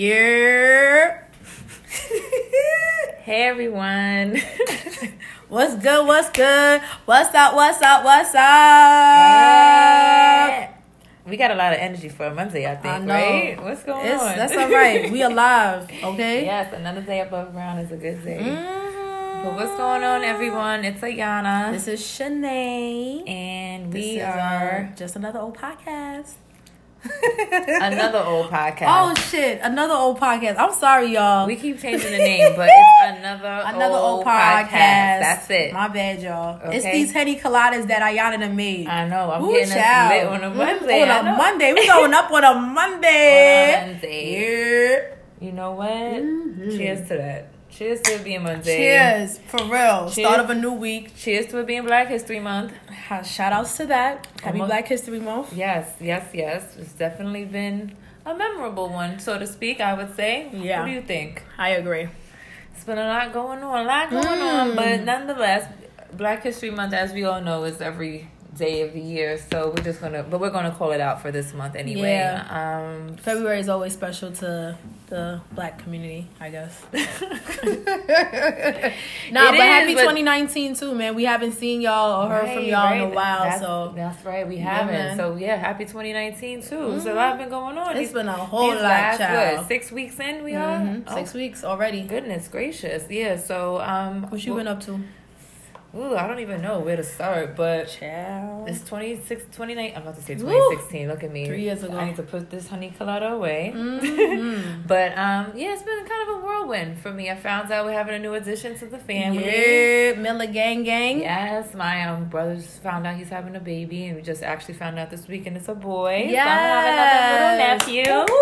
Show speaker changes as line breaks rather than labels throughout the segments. Yeah.
Hey everyone.
what's good? What's good? What's up? What's up? What's up?
we got a lot of energy for a Monday, I think,
know.
right? What's going
It's,
on?
that's all right. We alive. Okay.
yes, another day above ground is a good day.
Mhm.
But what's going on everyone? It's Ayana.
This is Shanae.
and
This
we
is, uh,
are
just another old podcast.
another old
Oh
podcast.
shit! Another old podcast. I'm sorry, y'all.
we keep changing the name, but it's another,
another old, podcast.
That's it.
My bad, y'all. It's
Okay.
these henny coladas that Ayana done made.
I know. I'm
Ooh,
getting
child.
us lit on a
Mm,
Monday. I
Oh, On
know.
a Monday. We going up on a Monday.
On a Monday.
Yeah.
You know what? Cheers to that. Cheers to it being Monday.
Mm-hmm. Cheers. For real. Start
Cheers.
of a new week.
Cheers to it being Black History Month.
Ha- Shout outs to that. Happy
Almost-
Black History Month.
Yes, yes, yes. It's definitely been a memorable one, so to speak, I would say.
Yeah.
What do you think?
I agree.
It's been a lot going on, a lot going
Mm.
on, but nonetheless, Black History Month, as we all know, is every day of the year. So we're just gonna, but we're gonna call it out for this month anyway. Yeah. Um,
February is always special to the black community, I guess. nah, but
is,
happy
but-
2019 too, man. We haven't seen y'all or heard from
Right,
y'all in a
right.
while,
That's-
so
that's right. We
Yeah,
haven't.
man. Mm-hmm.
so yeah, happy 2019 too. So a lot been going on.
it's
These-
been a whole
these
lot,
last,
child.
what, six weeks in, we are
Mhm,
Oh,
Six weeks already.
Goodness gracious, yeah. So, um,
What you
wh-
been up to?
Ooh, I don't even know where to start, but
Child.
it's 26, 29, I'm about to say
Woo!
2016. Look at me.
Three years ago. Mm-hmm.
I need to put this honey colada away.
Mhm.
But um, yeah, it's been kind of a whirlwind for me. I found out we're having a new addition to the family.
Yeah, Miller Gang Gang.
Yes, my um, brother's found out he's having a baby, and we just actually found out this weekend it's a boy. So I'm having another little nephew.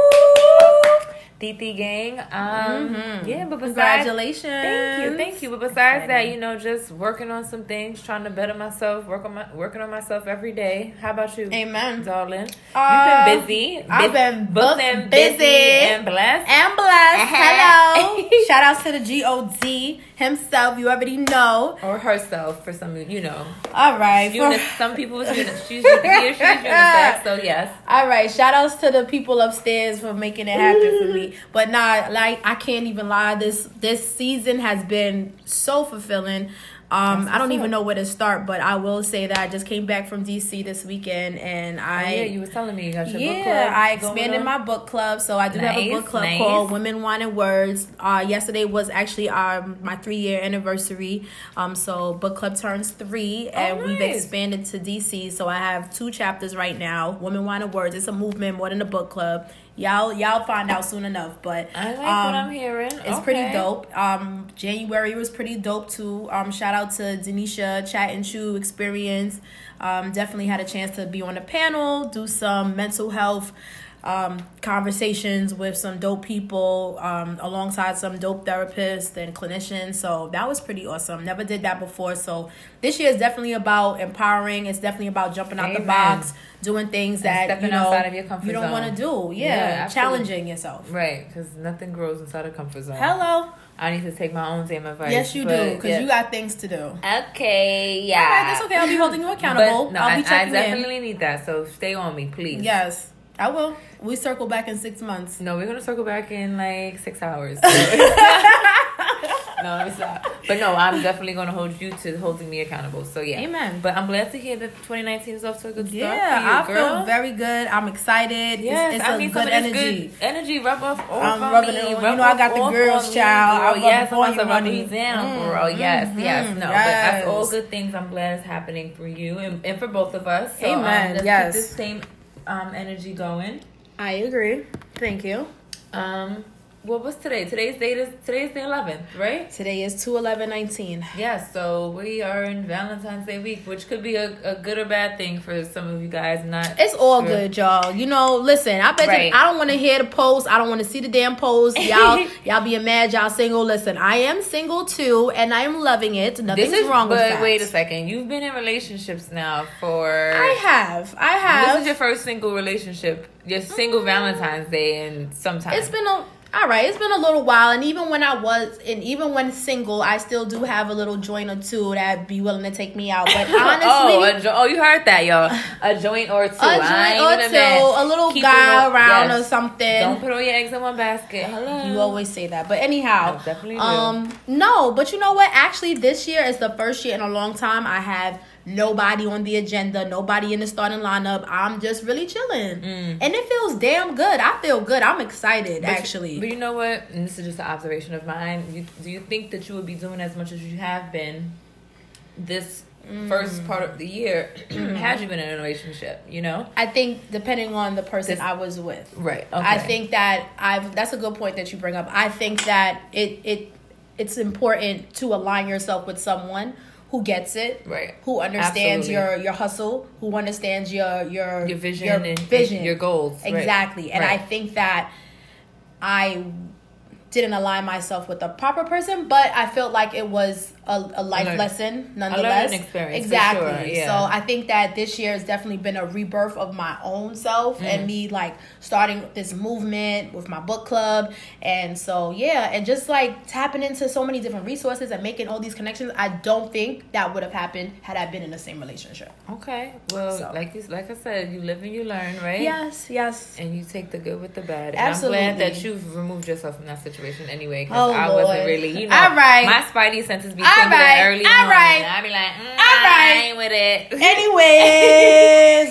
Titi gang. Um,
Mhm.
Yeah, but besides
Congratulations.
Thank you, thank you. But besides that,
Exciting.
you know, just working on some things, trying to better myself, work on my working on myself every day. How about you,
Amen.
darling?
Uh,
You've been busy.
I've been booked
and
busy.
and blessed.
And blessed.
Uh-huh.
Hello. Shout outs to the G-O-D himself. You already know.
or herself for some, you know,
All right.
uni-
for-
some people is uni- she's he or she's unisex. So yes,
all right. Shout outs to the people upstairs for making it happen for me. But nah, like I can't even lie. This this season has been so fulfilling. Um, I don't
what's
even
up.
know where to start, but I will say that I just came back from DC this weekend, and I
Oh, yeah, you were telling me you got your book
Yeah,
club.
I
going
expanded
on.
my book club, so I do have a
Nice,
book club
nice.
called Women Wanted Words. Uh, yesterday was actually um my three year anniversary. Um, so book club turns three, and we've
Oh, nice.
expanded to DC. So I have two chapters right now. Women Wanted Words. It's a movement more than a book club. Y'all, y'all find out soon enough. But
I like what
um,
I'm hearing.
it's pretty dope. Um, January was pretty dope too. Um, shout out to Denisha Chat and Chew Experience. Um, definitely had a chance to be on the panel, do some mental health um, conversations with some dope people, um, alongside some dope therapists and clinicians. So that was pretty awesome. Never did that before. So this year is definitely about empowering. It's definitely about jumping out the
Amen.
box, doing things that you
stepping
know
outside of your comfort
you don't
zone.
want to do.
Yeah,
Yeah,
absolutely.
challenging yourself.
Right, because nothing grows inside a comfort zone.
Hello.
I need to take my own damn advice.
Yes, you do,
but,
'cause do, because
yeah.
you got things to do.
Okay, yeah.
All right, that's okay. I'll be holding you accountable.
But no,
I'll
I-
be checking
I
in.
definitely need that. So stay on me, please.
Yes, I will. We circle back in six months.
No, we're gonna circle back in like six hours. no, let me stop. But no, I'm definitely gonna hold you to holding me accountable. So yeah.
Amen.
But I'm glad to hear that 2019 is off to a good start.
yeah,
for
I
you, girl.
feel very good. I'm excited.
Yes,
it's it's
I
a
mean,
good
some of this
energy.
good energy rub off off
I'm
on
rubbing
me.
it on- you
rub
know I
off-
got the
off
girls,
on me,
child.
girl.
I'm
yes,
rubbing
I'm
on you,
about to
honey.
rub these down,
Mm,
girl. Yes, yes,
mhm,
no, but that's
yes.
all good things. I'm glad it's happening for you and, and for both of us. So, um,
Amen,
let's
yes.
keep this same um, energy going.
I agree. Thank you.
Um, what was today? Today's date is today's the 11th, right?
Today is two eleven nineteen.
Yeah, so we are in Valentine's Day week, which could be a, a good or bad thing for some of you guys. Not
It's all
Sure.
good, y'all. You know, listen. I bet
Right.
you, I don't want to hear the post. I don't want to see the damn post. Y'all, y'all being mad. Y'all single. Listen, I am single too, and I am loving it. Nothing's wrong
But
with that.
wait a second, you've been in relationships now for
I have. I have.
This is your first single relationship, your single Valentine's Day in some time.
It's been a. all right it's been a little while and even when i was and even when single i still do have a little joint or two that be willing to take me out but honestly
oh, jo- oh you heard that y'all a joint or two a
joint or two a little Keep guy little, around yes. or something
don't put all your eggs in one basket Hello.
you always say that but anyhow
I definitely do.
um no but you know what actually this year is the first year in a long time i have nobody on the agenda, nobody in the starting lineup. I'm just really chilling, mm. and it feels damn good. I feel good. I'm excited,
but
actually.
You, but you know what? And this is just an observation of mine. You, do you think that you would be doing as much as you have been this mm. first part of the year had you been in a relationship? You know,
I think depending on the person this, I was with,
right? Okay.
I think that I've. That's a good point that you bring up. I think that it it. It's important to align yourself with someone who gets it,
right?
Who understands Absolutely. your your hustle, who understands your your
your vision, your, and
vision.
your goals,
exactly.
Right.
And
right.
I think that I didn't align myself with the proper person, but I felt like it was a, a life Learn. lesson nonetheless. exactly.
Sure, yeah.
So I think that this year has definitely been a rebirth of my own self mm.
Mm-hmm.
and me like starting this movement with my book club. And so yeah, and just like tapping into so many different resources and making all these connections. I don't think that would have happened had I been in the same relationship.
Okay. Well, so. like you, like I said, you live and you learn, right?
Yes. Yes.
And you take the good with the bad. And
Absolutely.
I'm glad that you've removed yourself from that situation anyway.
Cause oh,
I
Lord.
wasn't really, you know.
All right.
My spidey senses be
all right.
early
all
on.
Right.
I'd be like, mm, all
right.
I ain't with it.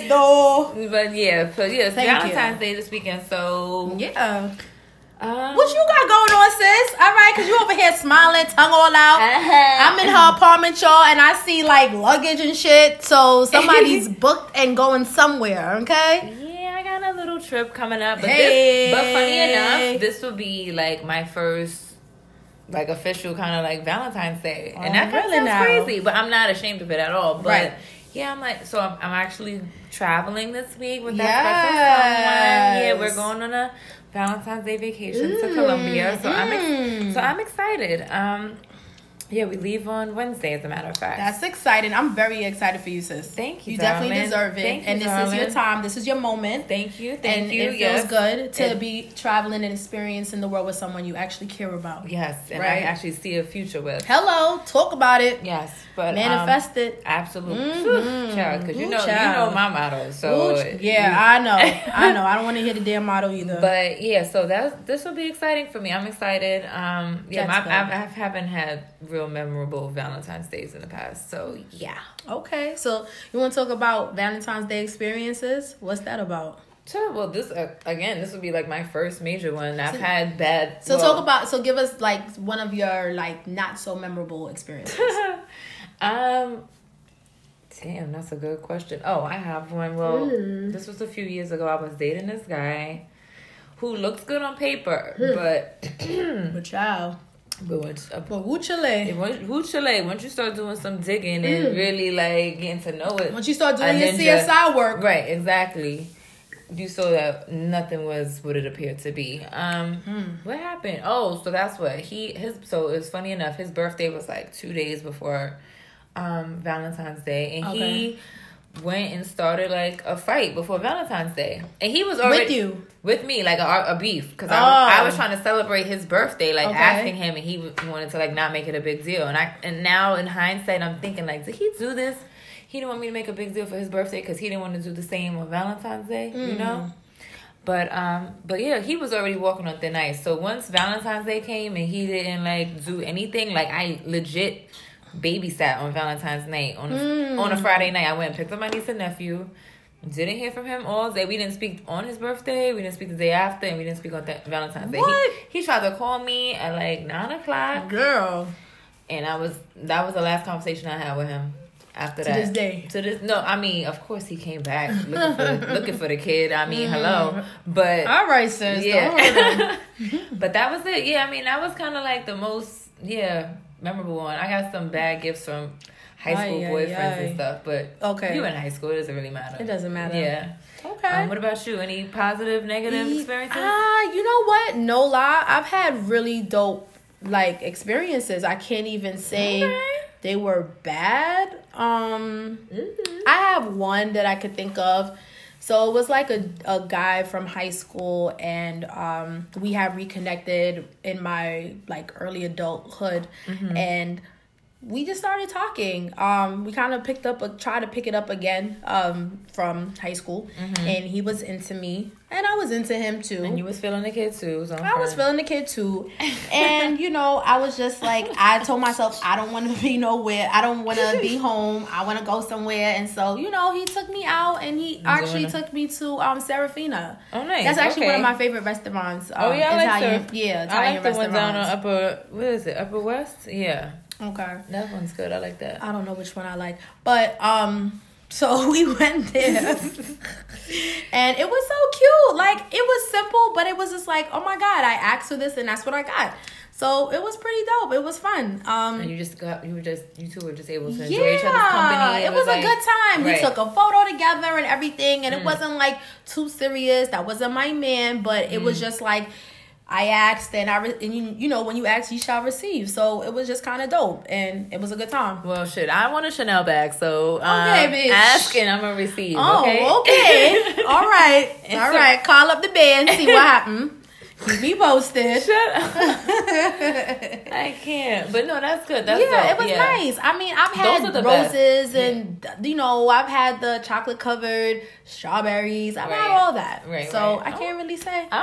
Anyways, though.
But yeah, so yeah, it's
Thank
Valentine's
you.
Day this weekend, so.
Yeah.
Um,
What you got going on, sis? All right, cause you over here smiling, tongue all out. I'm in her apartment, y'all, and I see like luggage and shit. So somebody's booked and going somewhere. Okay.
Yeah, I got a little trip coming up, but
Hey.
this, but funny enough, this will be like my first like official kind of like Valentine's Day, and that kind
really
of sounds
now?
crazy, but I'm not ashamed of it at all. But
Right.
yeah, I'm like, so I'm, I'm actually traveling this week with that
Yes.
special someone. Yeah, we're going on a Valentine's Day vacation
Mm,
to Colombia, so I'm
mm.
ex- so I'm excited. Um, yeah, we leave on Wednesday, as a matter of fact.
That's exciting. I'm very excited for you, sis.
Thank you,
You definitely
darling.
deserve it.
Thank you,
and this is your
darling.
time. This is your moment.
thank you, thank
and
you.
it feels
yes.
good to
And-
be traveling and experiencing the world with someone you actually care about.
Yes, and I
Right.
actually see a future with.
Hello, talk about it,
Yes, but um,
manifest it. Mhm.
Absolutely, because you
Ooh,
know
child.
you know my motto.
Ooh,
So
yeah, I know, I know. I don't want to hear the damn motto either.
But yeah, so that's this will be exciting for me. I'm excited. Um, yeah, my,
That's
I've,
good.
I haven't had real memorable Valentine's days in the past. So yeah,
okay, so you want to talk about Valentine's Day experiences? What's that about?
so well, this uh, again, this would be like my first major one. I've had bad.
So
well,
talk about. So give us like one of your like not so memorable experiences.
Um, damn, that's a good question. Oh, I have one. Well, this was a few years ago. I was dating this guy who looks good on paper, but
but child,
but once a
but woo chile.
And once- Who Chile? Once you start doing some digging and really like getting to know it,
Once you start doing
A
your
ninja.
CSI work,
right? Exactly. You saw that nothing was what it appeared to be. Um,
Hmm.
what happened? Oh, so that's what he his. So it was funny enough. His birthday was like two days before um Valentine's Day, and
Okay.
he went and started like a fight before Valentine's Day, and he was already
with you.
with me like a, a beef because I, was-
Oh.
I was trying to celebrate his birthday like
Okay.
asking him and he w- wanted to like not make it a big deal and i and now in hindsight i'm thinking like did he do this he didn't want me to make a big deal for his birthday because he didn't want to do the same on valentine's day
Mm.
you know but um but yeah he was already walking on thin ice so once valentine's day came and he didn't like do anything like i legit babysat on valentine's night on a,
Hmm.
on a friday night i went and picked up my niece and nephew didn't hear from him all day. We didn't speak on his birthday. We didn't speak the day after, and we didn't speak on th- Valentine's Day. He-
What?
He, tried to call me at like nine o'clock,
Girl,
and I was that was the last conversation I had with him. After
To
that,
this day.
to this no, I mean, of course he came back looking for looking for the kid. I mean,
Hmm.
hello, but
all right, sis. Don't worry about it.
yeah. but that was it. Yeah, I mean, that was kind of like the most yeah memorable one. I got some bad gifts from high school
Ay, ay,
boyfriends
ay.
and stuff, but
Okay.
you in high school, it doesn't really matter.
It doesn't matter.
Yeah.
Okay.
Um, what about you? Any positive, negative experiences?
Ah, you know what? No lie, I've had really dope like experiences. I can't even say
Okay.
they
Mm-hmm.
were bad. Um, I have one that I could think of. So it was like a, a guy from high school, and um, we had reconnected in my like early adulthood, mm-hmm. and we just started talking. Um, we kind of picked up, a, tried to pick it up again um, from high school, mm-hmm. and he was into me, and I was into him too.
And you was feeling the kid too. So
I fine. was feeling the kid too, and you know, I was just like, I told myself, I don't want to be nowhere. I don't want to be home. I want to go somewhere, and so you know, he took me out, and he He's actually took me to um, Serafina.
Oh, nice.
That's actually
okay.
one of my favorite restaurants. Um,
oh yeah, I like
Italian, the, yeah, Italian
I like the one down
restaurants.
upper. What is it? Upper West? Yeah.
Okay.
That one's good. I like that.
I don't know which one I like. But um so we went there. and it was so cute. Like it was simple, but it was just like, "Oh my god, I asked for this and that's what I got." So it was pretty dope. It was fun. Um,
and you just got you were just you two were just able to enjoy yeah, each other's company.
It, it was, was
like,
a good time. Right. We took a photo together and everything, and mm. it wasn't like too serious. That wasn't my man, but it mm. was just like I asked and I re- and you, you know when you ask you shall receive. So it was just kind of dope and it was a good time.
Well, shit, I want a Chanel bag, so um,
okay, bitch.
ask and I'm gonna receive.
Oh,
okay,
okay. all right, all so- right. Call up the band, see what happened. Keep me posted.
Shut up. I can't. But no, that's good. That's
yeah,
dope.
it was
yeah.
nice. I mean, I've had roses best. and yeah. you know, I've had the chocolate covered strawberries. I've right. had all that.
Right.
So
right.
I can't really say.
Okay.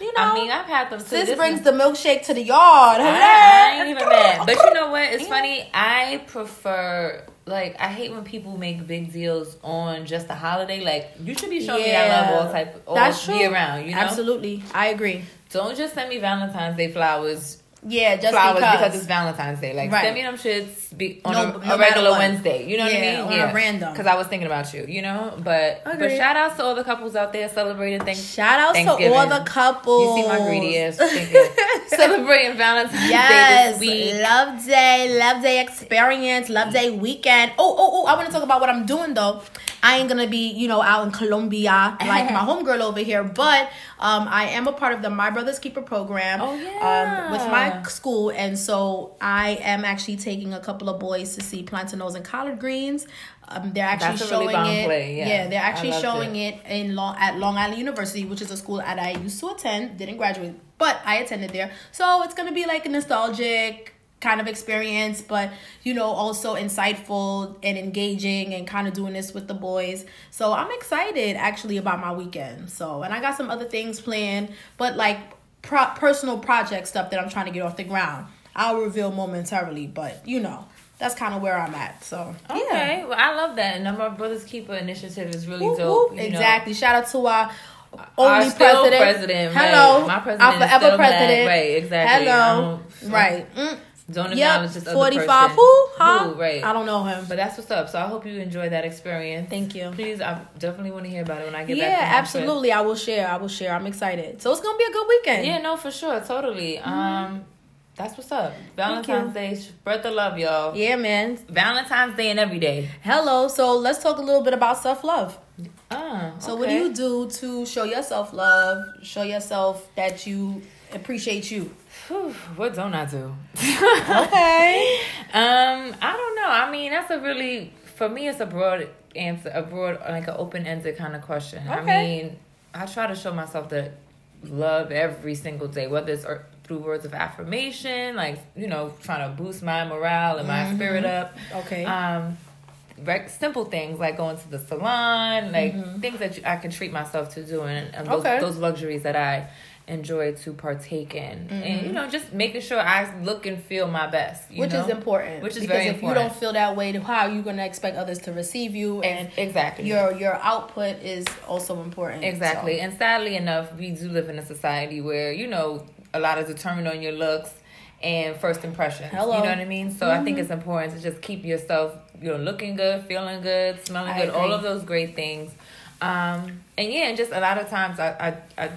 You know, I
mean, I've had them. Too.
Sis brings the milkshake to the yard. Hello.
I, I ain't even mad. But you know what? It's funny. I prefer like I hate when people make big deals on just a holiday. Like you should be showing
Yeah.
me I love all type all
That's true.
year round. You know,
Absolutely. I agree.
don't just send me Valentine's Day flowers.
Yeah, just
flowers
because.
because. it's Valentine's Day. Like
Right.
send me them shits be, on
No-
a,
no
a
matter
regular
what.
Wednesday. You know
Yeah,
what I
on
mean?
a random.
Because I was thinking about you. You know, but but
Agreed.
shout outs to all the couples out there celebrating things.
Shout out to
Thanksgiving.
all the couples.
You see my greedy ass thinking, celebrating Valentine's
Yes,
Day this week.
love day, love day experience, love day weekend. Oh, oh, oh! I want to talk about what I'm doing though. I ain't gonna be, you know, out in Colombia like my homegirl over here, but um, I am a part of the My Brothers Keeper program.
Oh, yeah.
um, with my school, and so I am actually taking a couple of boys to see plantains and collard greens. Um, they're actually
That's a
showing
really bomb
it.
play, yeah.
they're
I
actually
loved
showing
it.
it it in Long at Long Island University, which is a school that I used to attend. Didn't graduate, but I attended there. So it's gonna be like a nostalgic kind of experience, but you know, also insightful and engaging and kind of doing this with the boys. So I'm excited actually about my weekend. So and I got some other things planned, but like pro- personal project stuff that I'm trying to get off the ground. I'll reveal momentarily, but you know, that's kind of where I'm at. So yeah.
Okay, well, I love that, and my brother's keeper initiative is really
Whoop,
dope.
whoop.
you know.
exactly. Shout out to our
Our
only
still
president.
president, right.
Hello,
My president
our
is
forever
still black,
president.
right, exactly.
Hello,
I don't-
right. Mm.
Don't
Yep,
acknowledge this other
forty-five.
person.
Who? Huh?
Who, right.
I don't know him.
But that's what's up. So I hope you enjoy that experience.
Thank you.
Please, I definitely want to hear about it when I get
yeah,
back. from Nashville.
absolutely. I will share. I will share. I'm excited. So it's gonna be a good weekend.
Yeah, no, for sure, totally. Um, that's what's up.
Mm-hmm. Thank you.
Valentine's Day, spread the love, y'all.
Yeah, man.
Valentine's Day and every day.
Hello. So let's talk a little bit about self love.
Ah,
So what do
okay.
you do to show yourself love? Show yourself that you appreciate you.
Whew, what don't I do?
Okay.
Um, I don't know. I mean, that's a really for me. It's a broad answer, a broad like an open ended kind of question. I
Okay.
mean, I try to show myself that love every single day, whether it's or, through words of affirmation, like you know, trying to boost my morale and my spirit
Mm-hmm.
up.
Okay.
Um, rec- simple things like going to the salon, like things that you, I can treat myself to doing, and, and those,
Mm-hmm. Okay.
those luxuries that I enjoy to partake in, and you know, just making sure I look and feel my best, you
Mm-hmm. which is
know?
important.
Which is
because
very
if
important.
you don't feel that way, then how are you gonna expect others to receive you? And
Ex- exactly.
your your output is also important.
exactly.
So.
And sadly enough, we do live in a society where, you know, a lot is determined on your looks and first impressions.
Hello. Mm-hmm.
You know what I mean? So I think it's important to just keep yourself, you know, looking good, feeling good, smelling
I
good, all
agree.
of those great things. Um, and yeah, and just a lot of times I, I, I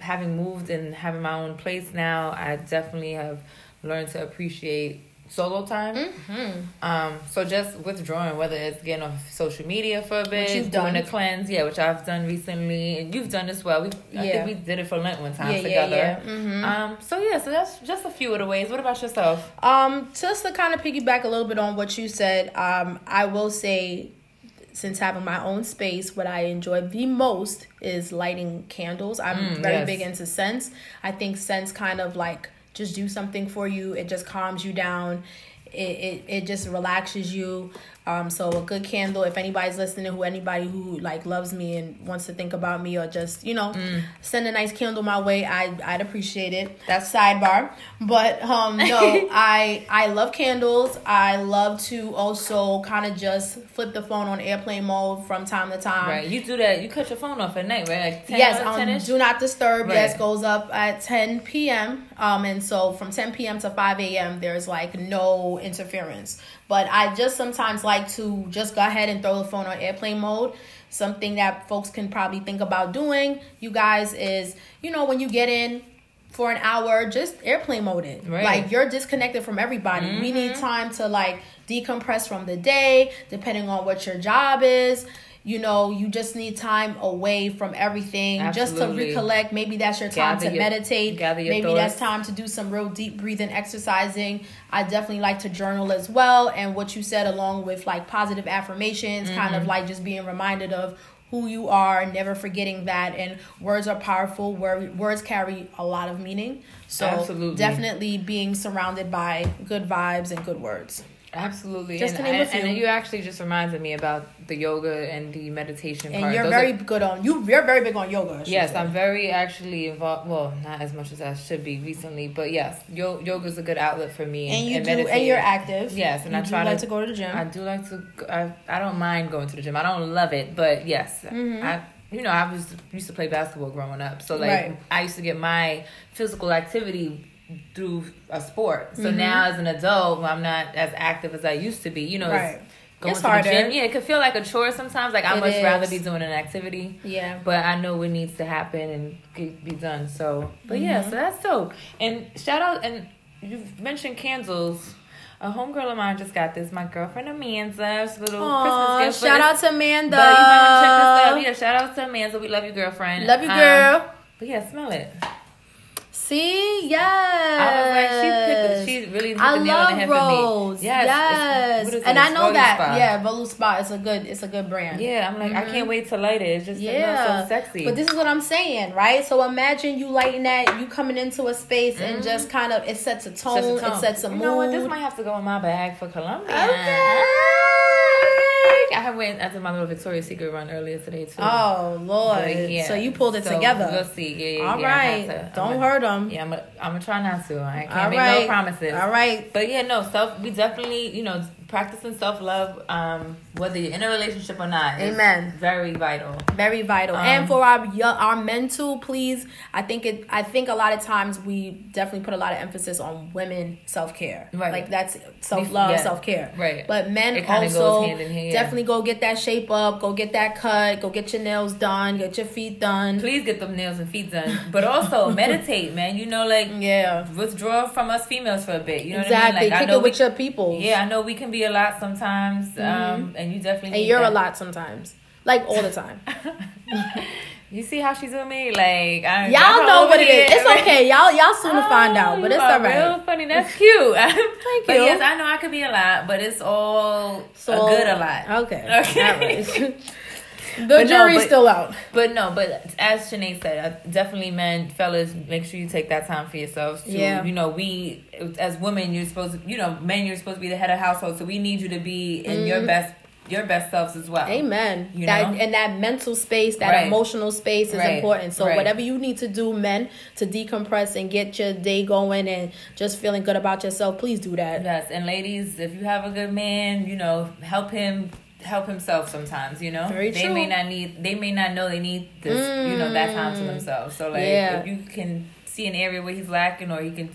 having moved and having my own place now, I definitely have learned to appreciate solo time.
Mm-hmm.
Um, so just withdrawing, whether it's getting off social media for a bit,
you've
doing
done.
a cleanse, yeah, which I've done recently, and you've done as well. We, I
Yeah.
think we did it for Lent one time
Yeah, yeah,
together.
yeah. Mhm.
Um, so yeah, so that's just a few of the ways. What about yourself?
Um, just to kind of piggyback a little bit on what you said, um, I will say since having my own space, what I enjoy the most is lighting candles. I'm
Mm,
very
yes.
big into scents. I think scents kind of like just do something for you. It just calms you down. It, it, it just relaxes you. Um, so a good candle. If anybody's listening, who anybody who like loves me and wants to think about me, or just you know,
Mm.
send a nice candle my way. I I'd appreciate it.
That's-
sidebar. But um, no, I I love candles. I love to also kind of just flip the phone on airplane mode from time to time.
Right. Um, You do that. You cut your phone off at night, right? Like 10
Yes,
or
um,
10-ish?
do not disturb. Yes,
Right.
goes up at 10 p.m. Um, and so from 10 p.m. to 5 a.m. There's like no interference. But I just sometimes like to just go ahead and throw the phone on airplane mode. Something that folks can probably think about doing, you guys, is you know when you get in for an hour, just airplane mode it.
Right. Mm-hmm.
Like you're disconnected from everybody. We need time to like decompress from the day, depending on what your job is. You know, you just need time away from everything just to
Absolutely.
recollect. Maybe that's your time
Gather
to
your-
meditate.
gather your
Maybe that's
thoughts.
time to do some real deep breathing exercising. I definitely like to journal as well. And what you said, along with like positive affirmations, kind
Mm-hmm.
of like just being reminded of who you are, never forgetting that. And words are powerful, Wor- words carry a lot of meaning. So,
Absolutely.
definitely being surrounded by good vibes and good words.
Absolutely.
Just
and,
to name a
and- and
few.
you actually just reminded me about the yoga and the meditation
And
part.
you're
Those
very
are-
good on you. You're very big on yoga. I should
Yes,
say.
I'm very actually involved. Well, not as much as I should be recently, but yes, yo- yoga's a good outlet for me.
and you do, and
meditating.
you're active.
Yes, and
you
I
do
try
like
to-
to go to the gym.
I do like to. go- I, I don't mind going to the gym. I don't love it, but yes,
Mm-hmm.
I you know I was used to play basketball growing up, so like
Right.
I used to get my physical activity through a sport. So
Mm-hmm.
now as an adult, I'm not as active as I used to be. You know,
Right.
it's going
It's
to
harder.
the gym. Yeah, it could feel like a chore sometimes. Like I
It
much rather
is.
be doing an activity.
yeah.
But I know what needs to happen and get, be done. So, but yeah,
Mm-hmm.
so that's dope. And shout out, and you've mentioned candles. A homegirl of mine just got this. My girlfriend Amanda's little
Aw,
Christmas gift. for
shout
this-
out to Amanda.
But you might wanna check this out. Yeah, shout out to Amanda. We love you, girlfriend.
Love you,
Um,
girl.
but yeah, smell it.
See,
I was
yes.
like, she picked. The, she really hit
I
the nail on
love
the head for me.
Rose.
Yes,
Yes,
it's- what is it?
and I
It's
know
Rose
that.
Spa.
Yeah, Volu Spa is a good. It's a good brand.
Yeah, I'm like I can't wait to light it. It's just it smells
Yeah,
so sexy.
but this is what I'm saying, right? So imagine you lighting that, you coming into a space and just kind of it sets a tone,
Mm-hmm. Sets the tone.
it sets a mood.
You know what? This might have to go in my bag for Colombia.
okay.
I went after my little Victoria's Secret run earlier today too.
Oh Lord!
But, yeah.
So you pulled it
So, We'll
together.
see. Yeah, yeah,
All
yeah, I
right.
have to- I'm
Don't
gonna-
hurt them.
Yeah, I'm gonna, I'm gonna try not to. I can't
All
make
right.
no promises.
All right.
But yeah, no self. We definitely, you know, practicing self love, um, whether you're in a relationship or not. is
Amen.
Very vital.
very vital
Um,
and for our yo- our mental please i think it i think a lot of times we definitely put a lot of emphasis on women self-care
Right.
like that's self-love
Yeah.
self-care
Right.
but men
It kinda
also
goes hand in hand.
definitely go get that shape up go get that cut go get your nails done get your feet done
Please get them nails and feet done, but also meditate, man. You know, like
yeah
withdraw from us females for a bit. You know what I
exactly
mean? Like I
kick
know
it
we
with your people
Yeah, I know we can be a lot sometimes, um, and you definitely.
Mm-hmm. and
need
you're a
that.
lot sometimes like all the time
You see how she's with me? Like I,
y'all
I'm
know
over
what it is
here.
it's okay y'all y'all soon to find out but
Oh,
it's
you are
all right
Real funny. That's cute. Thank but
you.
yes, I know I could be a lot, but it's all
So-
a good a lot.
okay
Okay.
all right. the
no,
jury's
but-
still out
But no, but as Shanae said, I definitely, men, fellas, make sure you take that time for yourselves. To,
Yeah.
You know, we as women, you're supposed to. You know, men, you're supposed to be the head of household, so we need you to be in your best, your best selves as well.
Mm-hmm. Amen.
You
that
know?
and that mental space, that
Right.
emotional space is
Right.
important. So
Right.
whatever you need to do, men, to decompress and get your day going and just feeling good about yourself, please do that.
Yes, and ladies, if you have a good man, you know, help him help himself sometimes, you know.
Very
they
true. Mm.
may not need they may not know they need this you know, that time to themselves. So like
Yeah.
if you can see an area where he's lacking or he can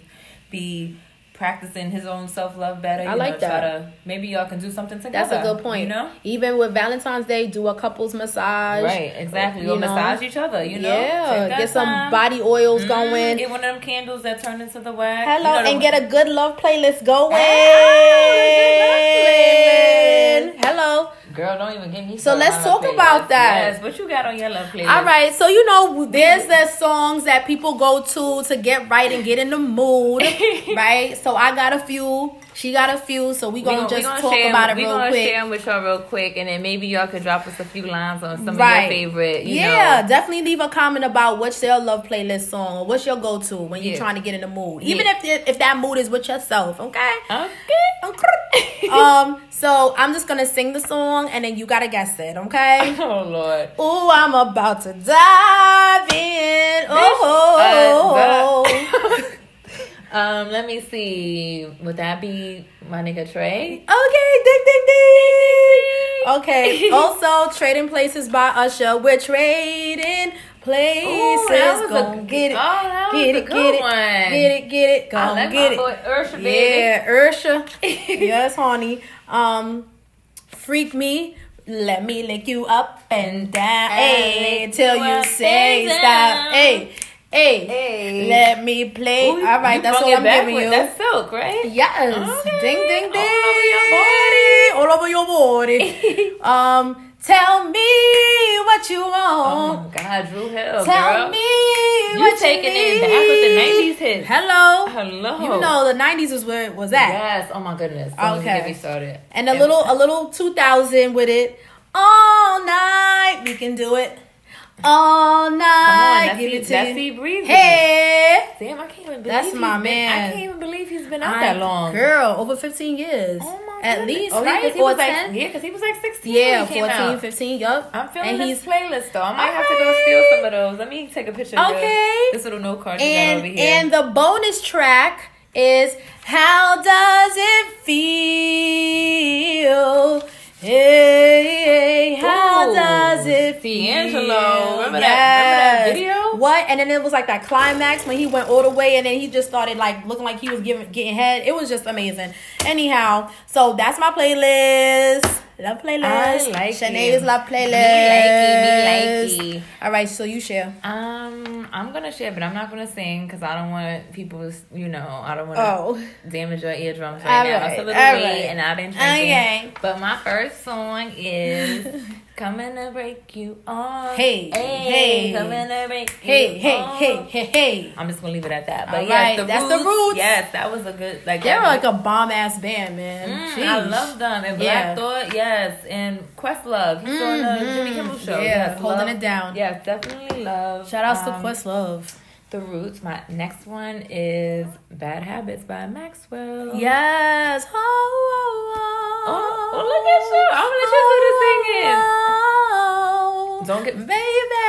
be practicing his own self love better, you
I like
know,
that.
try to maybe y'all can do something together.
That's a good point.
You know?
Even with Valentine's Day, do a couples massage.
Right, exactly.
you
Go
know?
massage each other, you know?
yeah,
Take that
get some
time. Mm-hmm.
body oils going.
Get one of them candles that turn into the wax.
Hello,
You know, the-
and get a good love playlist
Oh,
going.
look at that playlist.
Hello,
Girl, don't even get me.
So
started
let's
on my
talk
playlist.
about that.
Yes, what you got on your love playlist?
All right, so you know, there's the songs that people go to to get right and get in the mood, right? So I got a few, she got a few, so we
We
gonna
gon- we
just
gonna
talk
share 'em-
about it
we
real
gonna
quick.
share 'em with y'all real quick, and then maybe y'all could drop us a few lines on some of
Right.
your favorite. You
yeah,
know.
definitely leave a comment about what's your love playlist song or what's your go to when you're
Yeah.
trying to get in the mood,
Yeah.
even if if that mood is with yourself. Okay.
Okay.
Okay. um. So I'm just gonna sing the song and then you gotta guess it. Okay.
Oh Lord.
Oh, I'm about to dive in. Oh.
Uh, the- um, let me see. Would that be my nigga Trey?
Okay, ding ding ding. Okay. Also, trading places by Usher. We're trading places.
Ooh, that was a-
Gonna get it.
oh, that was
get
a
it,
good
get it,
one.
get it, get it,
I
Gonna
like
get
my
it.
boy Ursha, baby.
yeah, Ursha. yes, honey. Um, freak me. Let me lick you up and down. Hey,
lick
till
you
you
up
say
and
stop.
down.
Hey, hey.
Hey.
Let me play.
Ooh,
All right,
you
that's
brung
all
it
I'm
back
giving
with-
you.
That's silk, right?
Yes.
Okay.
Ding ding ding.
All over your body.
All over your body. um, tell me what you want.
Oh my God, Drew Hill,
tell
girl.
me
you
what you
taking
need.
it Oh. back with the nineties hits.
Hello.
Hello.
You know the nineties was where it was at.
Yes. Oh my goodness. Don't even
Okay.
Get me started.
And a little a little two thousand with it. All night. We can do it. All
Come on,
night.
that's
Give it to you.
Nessie Breezy.
Hey.
Damn, I can't even believe
That's
he's
my
been-
man.
I can't even believe he's been out
I-
that long.
Girl, over 15 years.
Oh my
At
goodness.
least,
Oh, yeah, 'cause
right?
He was
Or
like,
10?
yeah, because he was like 16
Yeah,
when he came
14,
out.
15, yup.
I'm feeling
and
this
he's
playlist though. I might have to go steal some of those. Let me take a picture of
Okay.
this, this little note card you got
and
over here.
and the bonus track is How Does It Feel? Hey, hey, how
Ooh,
does it feel?
D'Angelo. Remember that- remember that video?
What? And then it was like that climax when he went all the way, and then he just started like looking like he was giving getting head. It was just amazing. Anyhow, so that's my playlist. Love playlist.
I like
Shanae's
it.
love
Me
playlist.
likey, me likey.
All right, so you share.
um, I'm gonna share, but I'm not gonna sing because I don't want people. to s- You know, I don't want to
Oh.
damage your eardrums
All
right now.
right,
It's a little
all
late,
right.
and I've been drinking.
Okay.
But my first song is "Coming to Break You Off."
Hey, hey.
coming to break
Hey,
you
hey,
off.
hey, hey, hey.
I'm just gonna leave it at that.
All
But yes,
right, that's the Roots.
Yes, that was a good like.
They're
that
like a bomb ass band, man.
Mm,
Jeez.
I love them. And Black
Yeah. Mm-hmm.
Thought, yes. And Questlove, he's on the Jimmy Kimmel show.
Yeah,
yes,
holding
love.
it down.
Yes, definitely love.
Shout outs to
um,
Questlove.
The Roots. My next one is Bad Habits by Maxwell.
Yes. Oh, oh,
Oh, oh, look at you. I'm gonna let you do the singing.
Oh,
Don't get-
baby,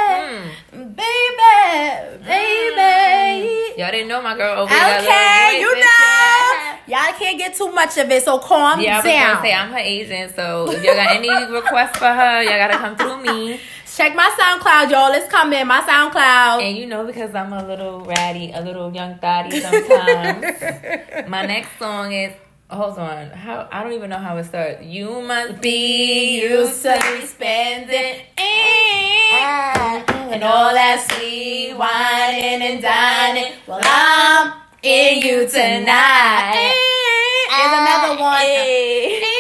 Mm.
baby, baby.
Y'all didn't know my girl over there.
Okay, you know, Um, y'all can't get too much of it, so calm
Yeah, I was
down.
gonna say I'm her agent, so if y'all got any requests for her, y'all gotta come through me.
Check my SoundCloud, y'all. It's coming. My SoundCloud.
And you know, because I'm a little ratty, a little young thotty sometimes. my next song is hold on. How I don't even know how it starts. You must be used to be spending
and all that sweet whining and dining. Well, I'm in you tonight. There's another one.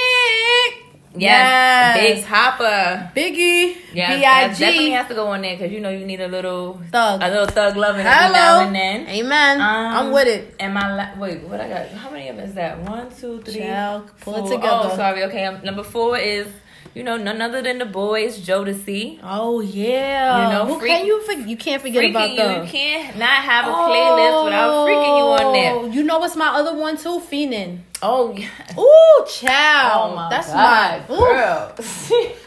Yes,
Yes.
Big Papa.
Biggie,
Yes, that definitely
B.I.G.
has to go on there because you know you need a little
Thug.
a little thug loving every now
Hello.
and then.
Amen.
Um,
I'm with it.
And my la- wait, what I got? How many of them is that? One, two, three.
Child, pull it
four.
together.
Oh, sorry. Okay, um, number four is you know none other than the boys Jodeci.
Oh yeah.
You know,
Who
freak-
can you forget? You can't forget
Freaking
about
you,
them.
you can't not have a playlist without freaking you on there.
Oh, You know what's my other one too? Fiendin'.
Oh yeah.
Ooh, child.
Oh my
That's
God,
my ooh,
girl.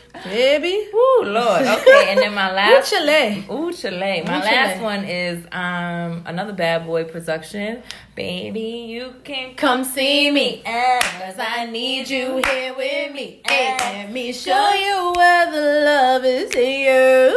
baby.
Ooh, Lord. Okay, and then my
Ooh,
last
Chile.
Ooh, Chile. My
Ooh,
last
Chile.
one is um another Bad Boy production. Baby, you can
Come see me.
Cause
Cause I need you here with me. Hey, let me show you where the love is here.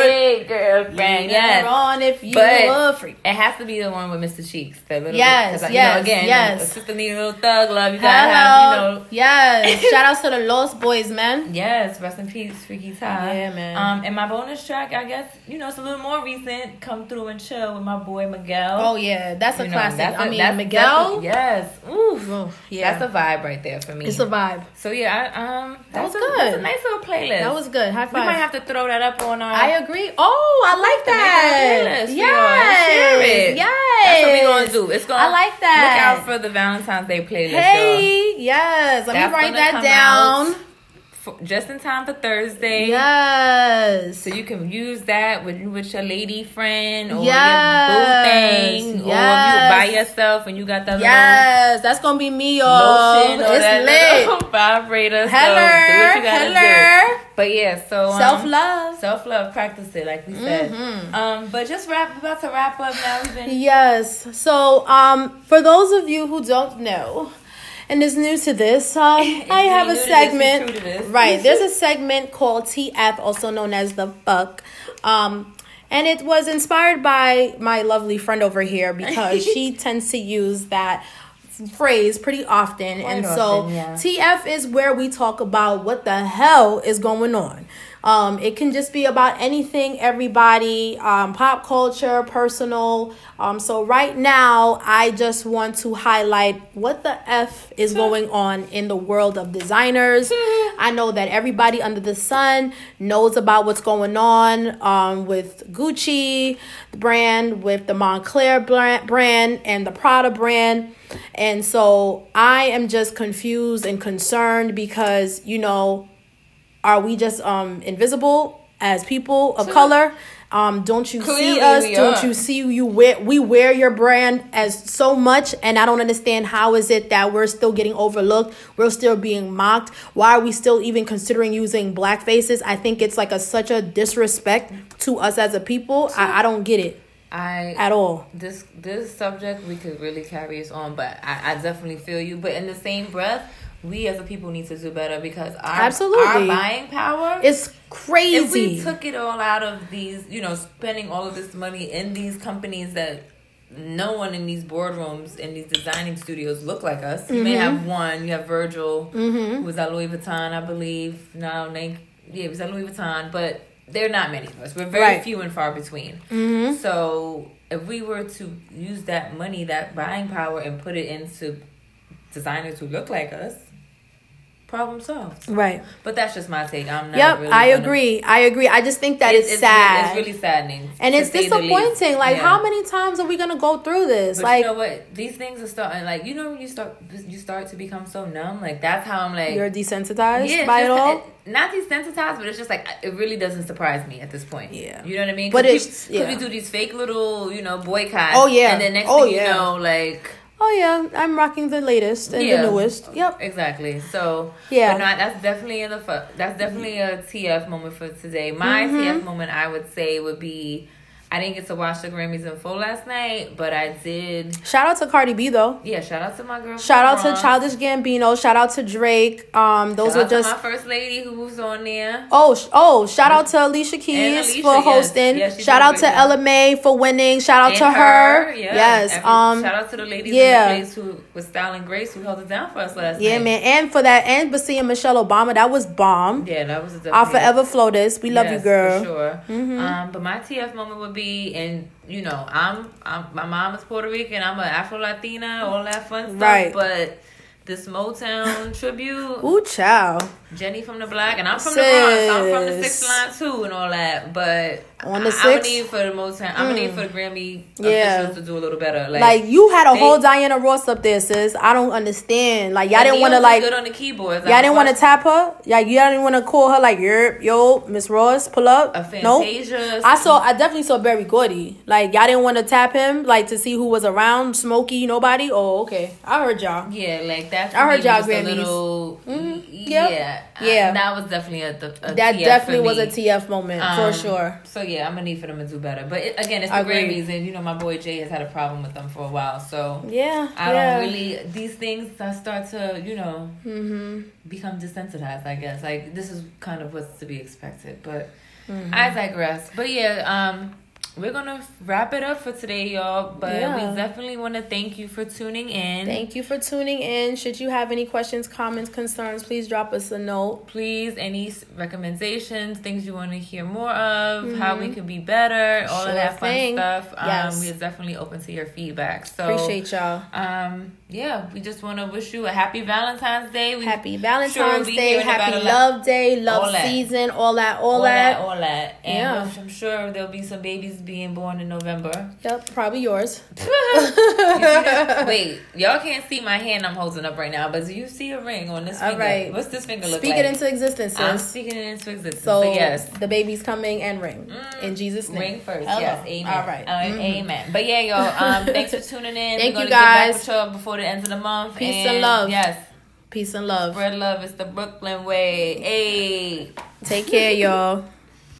Hey, girlfriend.
Later
Yes.
on if you
But-
were free.
It has to be the one with Mr. Cheeks. The little
Yes,
'cause I-
yes,
You know, again,
yes.
a sister need a little thug love. You gotta have, you
Hello.
know.
Yes. Shout outs to the Lost Boys, man.
Yes, yes, rest in peace, Freaky Ty.
Yeah, man.
Um, and my bonus track, I guess you know, it's a little more recent. Come through and chill with my boy Miguel.
Oh yeah, that's a
You know,
classic.
that's
I
a-
mean,
that's-
Miguel.
that's a- yes. Oof.
Ooh, yeah,
That's a vibe right there for me.
it's a vibe.
so yeah, I, um,
That was
that's a- that's
good.
a nice little playlist.
That was good. High five.
We might have to throw that up on our.
I agree. Oh, I like
to make
that.
that playlist,
Yes.
you know, and share it.
Yes.
that's what we gonna do. It's gonna.
I like that.
Look out for the Valentine's Day playlist. y'all.
Hey, yes. Let
That's
me write
gonna
that
come
down.
out f- just in time for Thursday.
Yes.
So you can use that with with your lady friend or
Yes.
your boo thing, or
Yes.
if you by yourself and you got that
yes, that's gonna be me,
little
y'all.
lotion or that
It's lit.
little vibrator. so do what you gotta
Heller, heller.
do. But yeah, so um,
Self love.
self love, practice it like we said.
Mm-hmm.
Um, but just wrap. We're about to wrap up now. We've been
Yes. So, um, for those of you who don't know and is new to this, uh, I have
new
a
to this,
segment.
you're true to this.
Right. There's a segment called TF, also known as the fuck. Um, and it was inspired by my lovely friend over here because she tends to use that phrase pretty often. and
often,
so
yeah.
TF is where we talk about what the hell is going on. Um, it can just be about anything, everybody, um, pop culture, personal. Um, so right now, I just want to highlight what the f is going on in the world of designers. I know that everybody under the sun knows about what's going on um, with Gucci brand, with the Montclair brand, brand, and the Prada brand. And so I am just confused and concerned because, you know, are we just um invisible as people of color? Um, don't you see
Clearly
us?
we
Don't
are.
you see you wear we wear your brand as so much and I don't understand how is it that we're still getting overlooked, we're still being mocked. Why are we still even considering using black faces? I think it's like a such a disrespect to us as a people. I, I don't get it
I
at all.
this this subject we could really carry us on, but I, I definitely feel you. But in the same breath, we as a people need to do better because our
Absolutely.
our buying power.
It's crazy.
if we took it all out of these, you know, spending all of this money in these companies that no one in these boardrooms in these designing studios look like us. You may
Mm-hmm.
have one. You have Virgil, who was at Louis Vuitton, I believe. No, Nike. Yeah, he was at Louis Vuitton, but there are not many of us. We're very
Right. Mm-hmm.
few and far between. So if we were to use that money, that buying power, and put it into designers who look like us, problem solved.
right.
But that's just my take. I'm not.
Yep,
really
I
gonna-
agree. I agree. I just think that
It-
it's, sad.
It's really saddening,
and
to
it's
say the least.
disappointing. Like,
Yeah.
how many times are we gonna go through this?
But
like,
you know what? These things are starting. Like you know, when you start, you start to become so numb. Like that's how I'm like.
you're desensitized
yeah, it's
by it
just-
all.
it- not desensitized, but it's just like it really doesn't surprise me at this point.
Yeah.
you know what I mean.
But
Cause
it's-
we, 'cause
yeah.
we do these fake little, you know, boycotts.
Oh, yeah.
and then next
Oh,
thing
yeah.
you know, like
oh yeah, I'm rocking the latest and
Yeah.
the newest. Yep.
Exactly. So
Yeah.
yeah, but not, that's definitely in the fu- that's definitely a TF moment for today. My
Mm-hmm.
TF moment, I would say, would be I didn't get to watch the Grammys in full last night, but I did.
Shout out to Cardi B though.
Yeah, shout out to my girl.
Shout out to
Farrah.
Childish Gambino. Shout out to Drake. Um, those
Shout out
are
to
just.
my first lady who was on there.
Oh, sh- oh! Shout out to Alicia Keys
Alicia,
for
yes.
hosting.
Yes, she
shout
did a
out
great
to
job.
Ella May for winning. Shout out
And
to her.
yeah.
Yes.
Every-
um.
shout out to the ladies
yeah.
in the place who was styling Grace who held it down for us last
yeah,
night.
man. And for that, and for seeing Michelle Obama, that was bomb.
Yeah, that was a
I'll forever flow this. We love you,
Yes,
girl. Mm-hmm.
For sure. Um, but my TF moment would be, and you know, I'm, I'm my mom is Puerto Rican. I'm an Afro Latina, all that fun stuff.
Right.
But this Motown tribute,
Ooh, child.
Jenny from the Black, and I'm from the Bronx. I'm from the
Sis.
Six Line too, and all that. But
On the
I- I'm gonna
six? Mm.
need for the Motown. I'm gonna need for the Grammy
Yeah.
officials to do a little better. Like.
Like you had a
They-
whole Diana Ross up there, sis. I don't understand. Like y'all didn't
Leo's
want to
is
like
good on the keyboards.
y'all didn't want to tap her. Like y'all didn't want to call her like yo, yo, Miss Ross, pull up.
a
No,
Fantasia.
I saw. I definitely saw Barry Gordy. Like y'all didn't want to tap him. Like to see who was around. Smokey, nobody. Oh, okay. I heard y'all.
Yeah, like that.
I
for
heard
me
y'all
was
Grammys. Mm-hmm.
A little,
yep.
Yeah, I-
Yeah.
that was definitely a, a
That
TF
definitely
for
was a
me.
TF moment
Um,
for sure.
So yeah, I'm gonna need for them to do better. But it, again, it's the
Agreed.
Grammys, and you know my boy Jay has had a problem with them for a while. So
Yeah,
I
yeah.
don't really these things. I start to you know
Mm-hmm.
become desensitized. I guess
Mm-hmm.
like this is kind of what's to be expected. But I digress. But yeah, um, we're gonna wrap it up for today, y'all. But yeah. we definitely want to thank you for tuning in.
Thank you for tuning in. Should you have any questions, comments, concerns, please drop us a note.
Please, any recommendations, things you want to hear more of, mm-hmm. how we can be better, all sure of that fun thing. stuff. Um, yes. we're definitely open to your feedback. So
appreciate y'all.
Um, yeah, we just want to wish you a happy Valentine's Day. We
happy Valentine's sure Day, happy Love Day, Love all Season, that. all that, all, all that.
that. all that. And yeah. I'm sure there'll be some babies being born in November.
Yep, probably yours.
you Wait, y'all can't see my hand I'm holding up right now, but do you see a ring on this All finger? Right. What's this finger look
Speak
like?
it into existence. Sis.
I'm speaking it into existence. So, so yes,
the baby's coming and ring mm, in Jesus' name.
Ring first. Hello. Yes. Amen. All right. Uh, mm-hmm. Amen. But yeah, y'all. Um, thanks for tuning in.
Thank you guys.
before the end of the month.
Peace and, and love.
Yes.
Peace and love.
Spread love. It's the Brooklyn way. Hey.
Take care, y'all.